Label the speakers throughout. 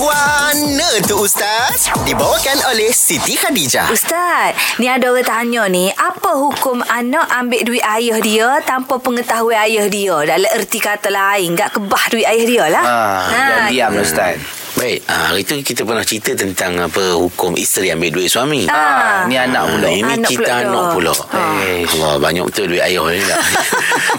Speaker 1: Guana tu Ustaz Dibawakan oleh Siti Khadijah
Speaker 2: Ustaz, ni ada orang tanya ni, apa hukum anak ambil duit ayah dia tanpa pengetahuan ayah dia? Dalam erti kata lain, gak kebah duit ayah dia lah.
Speaker 3: Ah, dan diam lah Ustaz.
Speaker 4: Baik, ha, hari tu kita pernah cerita tentang apa hukum isteri ambil duit suami.
Speaker 2: Ah.
Speaker 3: Ah, ni anak pula.
Speaker 4: Ini
Speaker 2: Anak
Speaker 4: kita
Speaker 2: pula
Speaker 4: anak
Speaker 2: dah.
Speaker 4: pula.
Speaker 2: Ah.
Speaker 4: Eh, Allah, banyak betul duit ayah ni lah.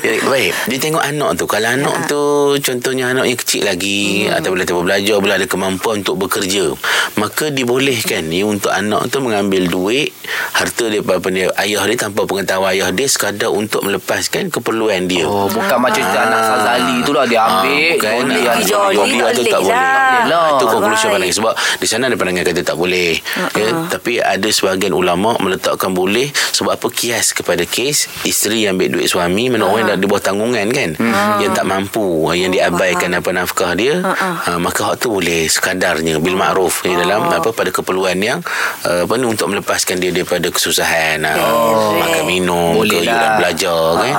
Speaker 4: Ya, Baik, dia tengok anak tu. Kalau anak tu contohnya anak yang kecil lagi hmm. atau bila tiba belajar, bila ada kemampuan untuk bekerja, maka dibolehkan ni untuk anak tu mengambil duit harta daripada dia- ayah dia tanpa pengetahuan ayah dia sekadar untuk melepaskan keperluan dia.
Speaker 3: Oh, bukan macam cerita anak Sazali tu lah dia ambil.
Speaker 4: Ah, bukan
Speaker 3: jolly
Speaker 4: nak-
Speaker 3: anak
Speaker 2: Pergi
Speaker 3: dia.
Speaker 2: jolly,
Speaker 4: jolly
Speaker 2: tak
Speaker 4: atau
Speaker 2: boleh
Speaker 4: tak boleh.
Speaker 2: lah.
Speaker 4: Tak boleh lah. Itu
Speaker 2: Alright.
Speaker 4: conclusion paling sebab di sana ada pandangan kata tak boleh. Ya, tapi ada sebahagian ulama meletakkan boleh sebab apa kias kepada kes isteri yang ambil duit suami mana orang yang dah di bawah tanggungan kan yang tak mampu yang diabaikan apa nafkah dia ha, maka hak tu boleh sekadarnya bil ma'ruf di dalam apa pada keperluan yang uh, apa ni untuk melepaskan dia daripada kesusahan ah,
Speaker 2: Correct.
Speaker 4: makan minum ke
Speaker 3: Boleh lah.
Speaker 4: yuran belajar kan.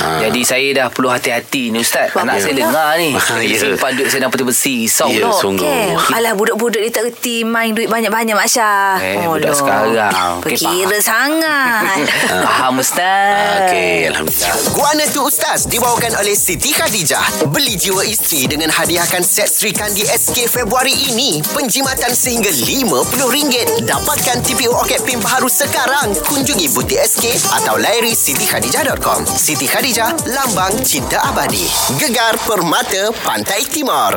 Speaker 3: Ha. Jadi saya dah perlu hati-hati ni Ustaz.
Speaker 2: Ya.
Speaker 3: Anak saya dengar ni.
Speaker 4: Ah, ya.
Speaker 3: Saya simpan duit saya dalam peti besi. Risau
Speaker 4: Ya,
Speaker 3: pula.
Speaker 4: sungguh.
Speaker 2: Okey. Alah budak-budak ni tak reti main duit banyak-banyak Mak Syah.
Speaker 3: Eh, budak sekarang. Okey,
Speaker 2: Perkira sangat.
Speaker 3: Faham Ustaz.
Speaker 4: ah. Okey, alhamdulillah.
Speaker 1: Guana tu Ustaz Dibawakan oleh Siti Khadijah Beli jiwa isteri Dengan hadiahkan set Sri Kandi SK Februari ini Penjimatan sehingga RM50 Dapatkan TPO Oket PIM baru sekarang Kunjungi butik SK Atau layari sitikhadijah.com Siti Khadijah Lambang Cinta Abadi Gegar Permata Pantai Timur